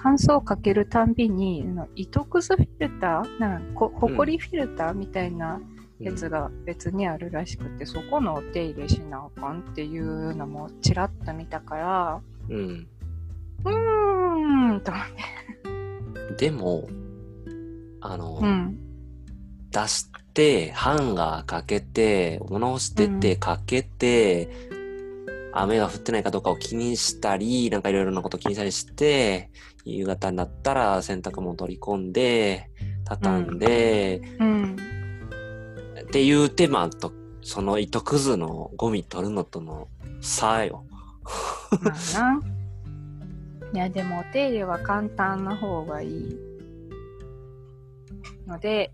[SPEAKER 2] 乾燥かけるたんびにあの糸くずフィルターなんかこほこりフィルターみたいなやつが別にあるらしくて、そこのお手入れしなあかんっていうのもちらっと見たから
[SPEAKER 1] うん。
[SPEAKER 2] うーんと思って
[SPEAKER 1] でもあの、
[SPEAKER 2] うん
[SPEAKER 1] 出して、ハンガーかけて、物を捨てて、
[SPEAKER 2] うん
[SPEAKER 1] かけて、雨が降ってないかどうかを気にしたり、なんかいろいろなことを気にしたりして、夕方になったら洗濯も取り込んで、畳んで、
[SPEAKER 2] うん。
[SPEAKER 1] っていう手間と、その糸くずのゴミ取るのとの差よ。
[SPEAKER 2] まあな。いや、でもお手入れは簡単な方がいい。ので、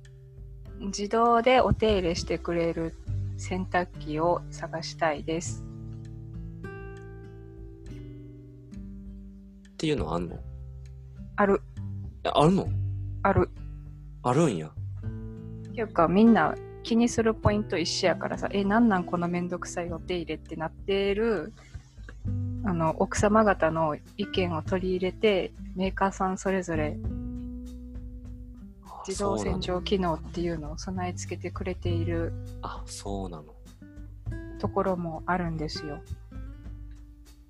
[SPEAKER 2] 自動でお手入れしてくれる洗濯機を探したいです。
[SPEAKER 1] っていうのあんの
[SPEAKER 2] ある、
[SPEAKER 1] えあるの
[SPEAKER 2] ある。
[SPEAKER 1] あるんや。
[SPEAKER 2] っていうか、みんな気にするポイント一緒やからさ、え、なんなんこのめんどくさいお手入れってなってる、あの、奥様方の意見を取り入れて、メーカーさんそれぞれ
[SPEAKER 1] あ
[SPEAKER 2] 自動洗
[SPEAKER 1] そうなの
[SPEAKER 2] 浄機能っていうのを備え付けてくれている
[SPEAKER 1] あ、そうなの。
[SPEAKER 2] ところもあるんですよ。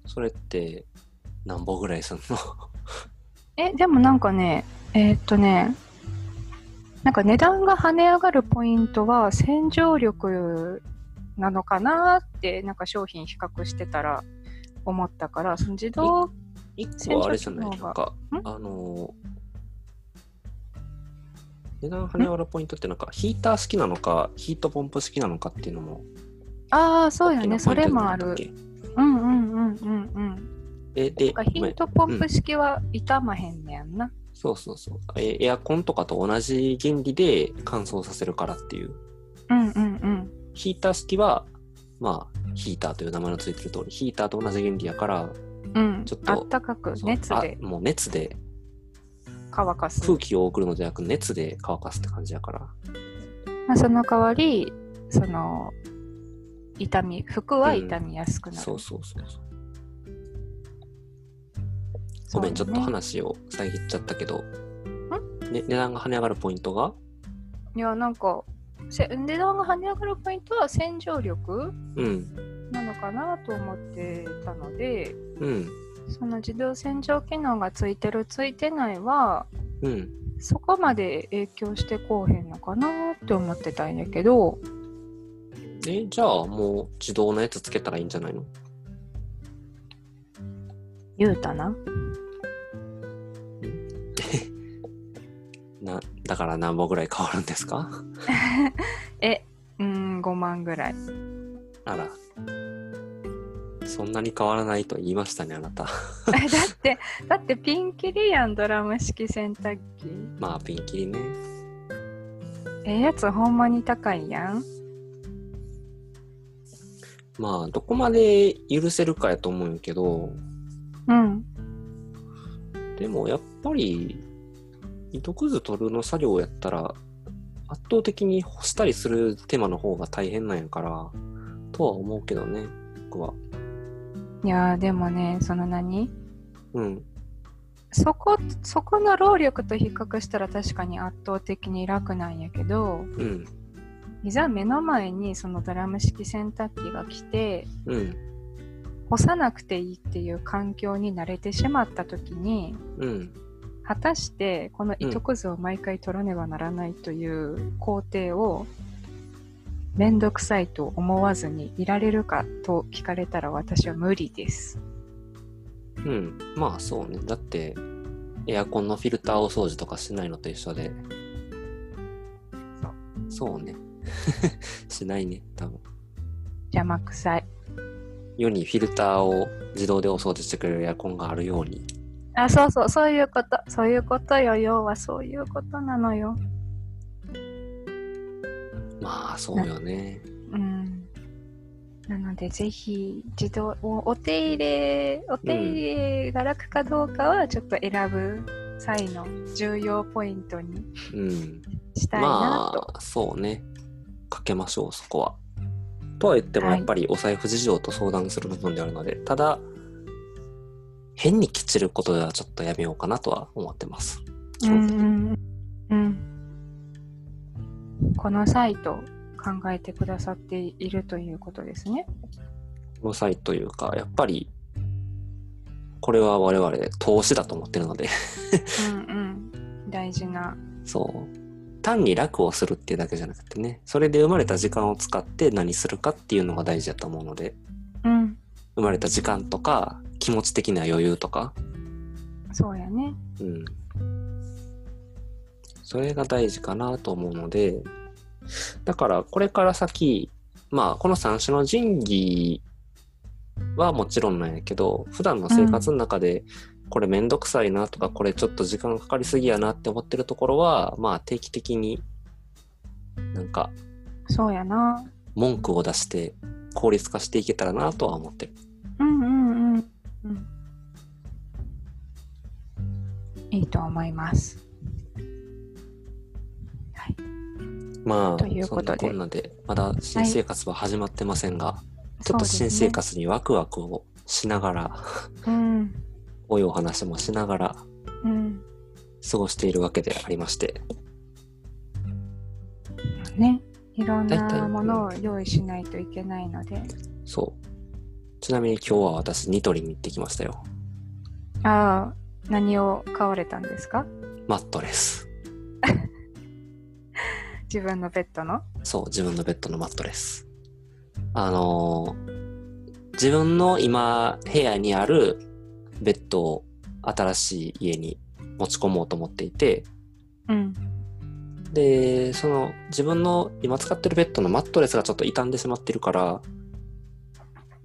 [SPEAKER 1] それって、何本ぐらいすんの
[SPEAKER 2] え、でもなんかね、えーっとね、なんか値段が跳ね上がるポイントは洗浄力なのかなって、なんか商品比較してたら思ったから、その自動、
[SPEAKER 1] 一個はあれじゃないなんか
[SPEAKER 2] ん、
[SPEAKER 1] あのー値段跳ね上がるポイントってなんか、ヒーター好きなのか、ヒートポンプ好きなのかっていうのも、
[SPEAKER 2] ああ、そうよね、
[SPEAKER 1] 大きなポ
[SPEAKER 2] そ
[SPEAKER 1] イント
[SPEAKER 2] れ
[SPEAKER 1] に
[SPEAKER 2] も
[SPEAKER 1] な
[SPEAKER 2] あ
[SPEAKER 1] んだっ
[SPEAKER 2] る
[SPEAKER 1] け。
[SPEAKER 2] うんうんうんうんうん。
[SPEAKER 1] え、で、
[SPEAKER 2] なんかヒ
[SPEAKER 1] ごめ
[SPEAKER 2] ー
[SPEAKER 1] ん
[SPEAKER 2] トポンプ式は傷まへんねやんな。
[SPEAKER 1] そうそうそうえ。エアコンとかと同じ原理で乾燥させるからっていう。
[SPEAKER 2] うんうんうん。
[SPEAKER 1] ヒーター式は、まあ、ヒーターという名前のついてる通り、ヒーターと同じ原理やから、
[SPEAKER 2] うん
[SPEAKER 1] ちょっ、と
[SPEAKER 2] あったかく
[SPEAKER 1] その
[SPEAKER 2] 熱で
[SPEAKER 1] あもう熱で
[SPEAKER 2] 乾かす。
[SPEAKER 1] 空気を送るのではなく熱で乾かすって感じだから。
[SPEAKER 2] まあ、その代わりその痛み服は痛みやすくなる、
[SPEAKER 1] そうそうそうそう。ご
[SPEAKER 2] そう
[SPEAKER 1] めん、ちょっと
[SPEAKER 2] ね
[SPEAKER 1] 話を遮っちゃったけど。ね、値段が跳ね上がるポイントが
[SPEAKER 2] いやなんかせ値段が跳ね上がるポイントは洗浄力
[SPEAKER 1] うん。
[SPEAKER 2] なのかなと思ってたので
[SPEAKER 1] うん。
[SPEAKER 2] その自動洗浄機能がついてるついてないは
[SPEAKER 1] うん。
[SPEAKER 2] そこまで影響してこうへんのかなって思ってたんやけど
[SPEAKER 1] え、じゃあもう自動のやつつけたらいいんじゃないの
[SPEAKER 2] 言うたな
[SPEAKER 1] な、だから何本ぐらい変わるんですか (laughs)
[SPEAKER 2] えうーん5万ぐらい (laughs)
[SPEAKER 1] あら。そんなに変わらないと言いましたね、あなた。
[SPEAKER 2] えだってだってピンキリやんドラム式洗濯機
[SPEAKER 1] まあ、ピンキリね。
[SPEAKER 2] ええやつほんまに高いやん
[SPEAKER 1] まあ、どこまで許せるかやと思うんやけど、
[SPEAKER 2] うん
[SPEAKER 1] でもやっぱり糸くず取るの作業やったら圧倒的に干したりする手間の方が大変なんやからとは思うけどね僕はい
[SPEAKER 2] やーでもねその何
[SPEAKER 1] うん
[SPEAKER 2] そこそこの労力と比較したら確かに圧倒的に楽なんやけど
[SPEAKER 1] うん
[SPEAKER 2] いざ目の前にそのドラム式洗濯機が来て
[SPEAKER 1] うん
[SPEAKER 2] 干さなくていいっていう環境に慣れてしまった時に
[SPEAKER 1] うん
[SPEAKER 2] 果たしてこの糸くずを毎回取らねばならないという工程をめんどくさいと思わずにいられるかと聞かれたら私は無理です。
[SPEAKER 1] うんまあそうねだってエアコンのフィルターを掃除とかしないのと一緒でそうね (laughs) しないね多分
[SPEAKER 2] 邪魔くさい。
[SPEAKER 1] 世にフィルターを自動でお掃除してくれるエアコンがあるように
[SPEAKER 2] あ、そうそう、そういうこと、そういうことよ、要はそういうことなのよ。
[SPEAKER 1] まあそうよね
[SPEAKER 2] うん。なので、ぜひ、自動、おお手入れ、お手入れが楽かどうかは、ちょっと選ぶ際の重要ポイントに
[SPEAKER 1] うん
[SPEAKER 2] したいなと。
[SPEAKER 1] まあそうねかけましょうそこは。とは言っても
[SPEAKER 2] はい
[SPEAKER 1] やっぱりお財布事情と相談する部分であるので、ただ変にきっちることではちょっとやめようかなとは思ってます。
[SPEAKER 2] うんうんうん。この際と考えてくださっているということですね。
[SPEAKER 1] この際というかやっぱりこれは我々投資だと思ってるので
[SPEAKER 2] うんうん。大事な
[SPEAKER 1] (laughs) そう単に楽をするっていうだけじゃなくてね、それで生まれた時間を使って何するかっていうのが大事だと思うので、
[SPEAKER 2] うん。
[SPEAKER 1] 生まれた時間とか、気持ち的な余裕とか、
[SPEAKER 2] そうやね。
[SPEAKER 1] うん。それが大事かなと思うので、だからこれから先、まあこの三種の神器はもちろんなんやけど、普段の生活の中で、これめんどくさいなとか、これちょっと時間かかりすぎやなって思ってるところは、まあ定期的になんか
[SPEAKER 2] そうやな。
[SPEAKER 1] 文句を出して効率化していけたらなとは思ってる。
[SPEAKER 2] うんうんうん。うん。いいと思います。はい。
[SPEAKER 1] まあ、
[SPEAKER 2] ということで
[SPEAKER 1] そんなこんなで、まだ新生活は始まってませんが、ちょっと
[SPEAKER 2] そう
[SPEAKER 1] 新
[SPEAKER 2] ですね
[SPEAKER 1] 生。活にワクワクをしながら、 (laughs)
[SPEAKER 2] うん。
[SPEAKER 1] こういうお話もしながら
[SPEAKER 2] うん。
[SPEAKER 1] 過ごしているわけでありまして、
[SPEAKER 2] ね。いろん
[SPEAKER 1] 大体
[SPEAKER 2] なものを用意しないといけないので。
[SPEAKER 1] そう。ちなみに今日は私、ニトリに行ってきましたよ。
[SPEAKER 2] ああ、何を買われたんですか
[SPEAKER 1] マットレス。
[SPEAKER 2] 自分のベッドの
[SPEAKER 1] そう、自分のベッドのマットレス。あのー自分の今、部屋にあるベッドを新しい家に持ち込もうと思っていて、
[SPEAKER 2] うん。
[SPEAKER 1] で、その自分の今使ってるベッドのマットレスがちょっと傷んでしまってるから、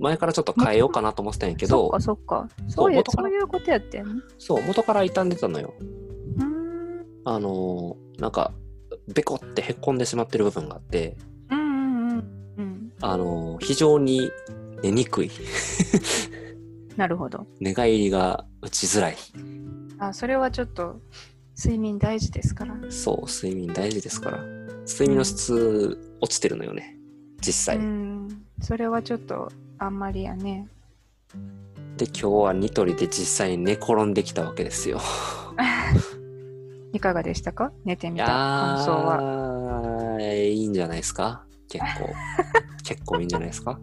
[SPEAKER 1] 前からちょっと変えようかなと思ってたんやけ
[SPEAKER 2] そっ
[SPEAKER 1] ど、
[SPEAKER 2] かそっか。そういう、
[SPEAKER 1] 元か
[SPEAKER 2] そ
[SPEAKER 1] ら
[SPEAKER 2] ういうことやってんのう
[SPEAKER 1] そう、元から傷んでたのよ。
[SPEAKER 2] ーん。
[SPEAKER 1] あのーなんか、ベコってへこんでしまってる部分があって、
[SPEAKER 2] うんうんうん。うん。
[SPEAKER 1] あのー非常に寝にくい。
[SPEAKER 2] なるほど。
[SPEAKER 1] 寝返りが打ちづらい。
[SPEAKER 2] あ、それはちょっと、睡眠大事ですから。
[SPEAKER 1] そう、睡眠大事ですから。睡眠の質落ちてるのよね、実際。
[SPEAKER 2] うん。それはちょっと、あんまりやね。
[SPEAKER 1] で、今日はニトリで実際に寝転んできたわけですよ。
[SPEAKER 2] いかがでしたか寝て
[SPEAKER 1] い
[SPEAKER 2] みた
[SPEAKER 1] や
[SPEAKER 2] 感想は。
[SPEAKER 1] ー、いいんじゃないですか結
[SPEAKER 2] (laughs)
[SPEAKER 1] 構。結構いいんじゃないですか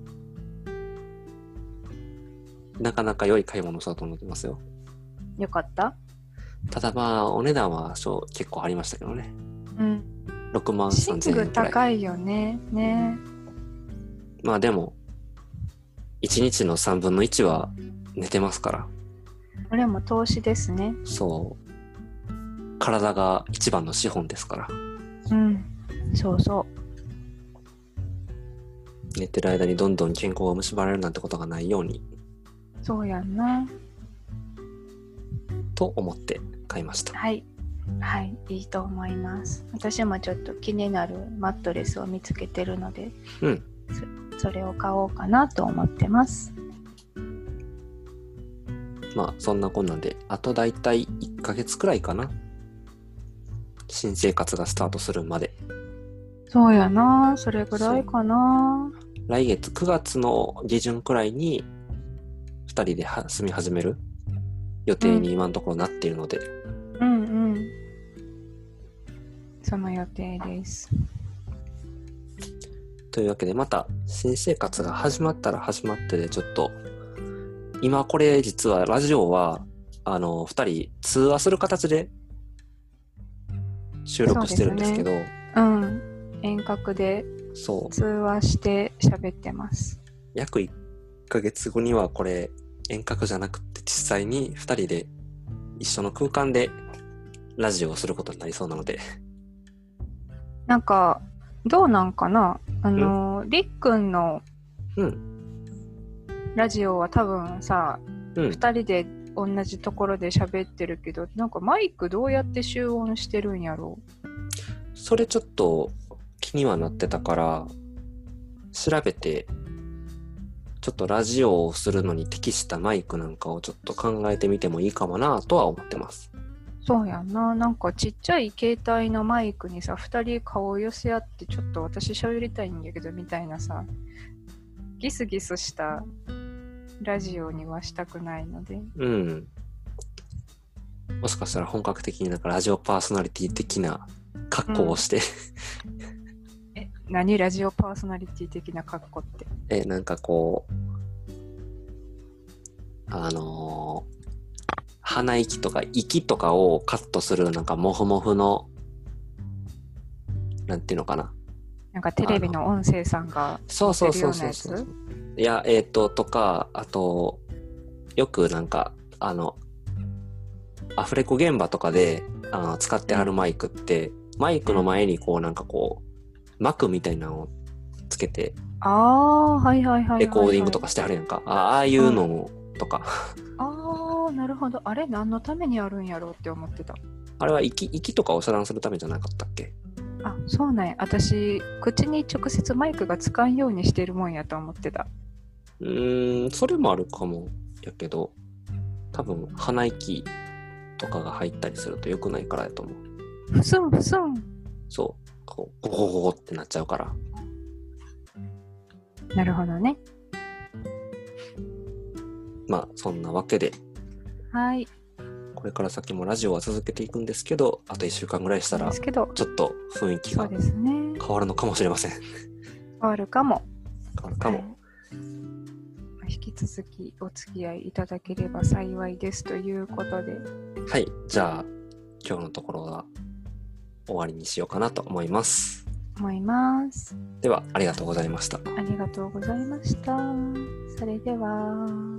[SPEAKER 1] なかなか良い買い物したと思ってますよ。
[SPEAKER 2] よかった
[SPEAKER 1] ただまあ、お値段はそう結構ありましたけどね。
[SPEAKER 2] うん。
[SPEAKER 1] 6万
[SPEAKER 2] 寝
[SPEAKER 1] 3000
[SPEAKER 2] 具
[SPEAKER 1] 円くらい。
[SPEAKER 2] 高いよね。ね。
[SPEAKER 1] まあでも、1日の3分の1は寝てますから。
[SPEAKER 2] これも投資ですね。
[SPEAKER 1] そう。体が一番の資本ですから。
[SPEAKER 2] うん。そうそ
[SPEAKER 1] 寝てる間にどんどん健康が蝕まれるなんてことがないように、
[SPEAKER 2] う。そうやんな。
[SPEAKER 1] と思って買いました。
[SPEAKER 2] はい。はい、いいと思います。私もちょっと気になるマットレスを見つけてるので、
[SPEAKER 1] うん
[SPEAKER 2] そそれを買おうかなと思ってます。
[SPEAKER 1] まあそんなこんなんで、あとだいたい1ヶ月くらいかな。新生活がスタートするまで。
[SPEAKER 2] そうやな、それぐらいかな。
[SPEAKER 1] 来月9月の下旬くらいに、2人では住み始める予定に今のところなっているので、
[SPEAKER 2] うんうん。その予定です。
[SPEAKER 1] というわけでまた新生活が始まったら始まってでちょっと今これ実はラジオはあの2人通話する形で収録してるんですけどそう,、
[SPEAKER 2] うん。遠隔で通話して喋ってます。
[SPEAKER 1] 約1ヶ月後にはこれ遠隔じゃなくて実際に2人で一緒の空間でラジオをすることになりそうなので
[SPEAKER 2] なんか、どうなんかなあの、りっくんの
[SPEAKER 1] うん
[SPEAKER 2] ラジオは多分さ、
[SPEAKER 1] うん
[SPEAKER 2] 2人で同じところで喋ってるけどなんかマイクどうやって集音してるんやろ
[SPEAKER 1] それちょっと気にはなってたから調べてちょっとラジオをするのに適したマイクなんかをちょっと考えてみてもいいかもなとは思ってます
[SPEAKER 2] そうやんななんかちっちゃい携帯のマイクにさ2人顔を寄せ合ってちょっと私喋りたいんやけどみたいなさギスギスしたラジオにはしたくないので
[SPEAKER 1] うんもしかしたら本格的になんかラジオパーソナリティ的な格好をして、
[SPEAKER 2] え何ラジオパーソナリティ的な格好って
[SPEAKER 1] えなんかこうあのー鼻息とか息とかをカットするなんかモフモフのなんていうのかな。
[SPEAKER 2] なんかテレビの音声さんが
[SPEAKER 1] そうそうそうそう
[SPEAKER 2] して
[SPEAKER 1] そ
[SPEAKER 2] るよう
[SPEAKER 1] う。いや、えっ、と、とか、あと、よくなんか、あの、アフレコ現場とかであの使ってあるマイクって、マイクの前にこうなんかこう、幕みたいなのをつけて、
[SPEAKER 2] ああはいはいはいはい、はい、
[SPEAKER 1] レコーディングとかしてはるやんか。あああいうのとか、
[SPEAKER 2] ああなるほどあれ何のためにあるんやろうって思ってた
[SPEAKER 1] あれは息息とかを遮断するためじゃなかったっけ
[SPEAKER 2] あそうなんや私口に直接マイクが使うようにしてるもんやと思ってた
[SPEAKER 1] うーん、それもあるかもやけど、多分鼻息とかが入ったりすると良くないからやと思う。
[SPEAKER 2] ふすんふすん
[SPEAKER 1] そう。こう、ゴゴゴゴってなっちゃうから。
[SPEAKER 2] なるほどね
[SPEAKER 1] まあ、そんなわけで、
[SPEAKER 2] はい
[SPEAKER 1] これから先もラジオは続けていくんですけど、あと1週間ぐらいしたら
[SPEAKER 2] で、すけど
[SPEAKER 1] ちょっと雰囲気
[SPEAKER 2] そ
[SPEAKER 1] が
[SPEAKER 2] うですね
[SPEAKER 1] 変わるのかもしれません。
[SPEAKER 2] 変わるかも
[SPEAKER 1] 変わるか
[SPEAKER 2] はい
[SPEAKER 1] も。
[SPEAKER 2] まあ引き続きお付き合いいただければ幸いですということで
[SPEAKER 1] はい。じゃあ、今日のところは終わりにしようかなと思います。
[SPEAKER 2] 思います
[SPEAKER 1] では、ありがとうございました。
[SPEAKER 2] ありがとうございましたそれでは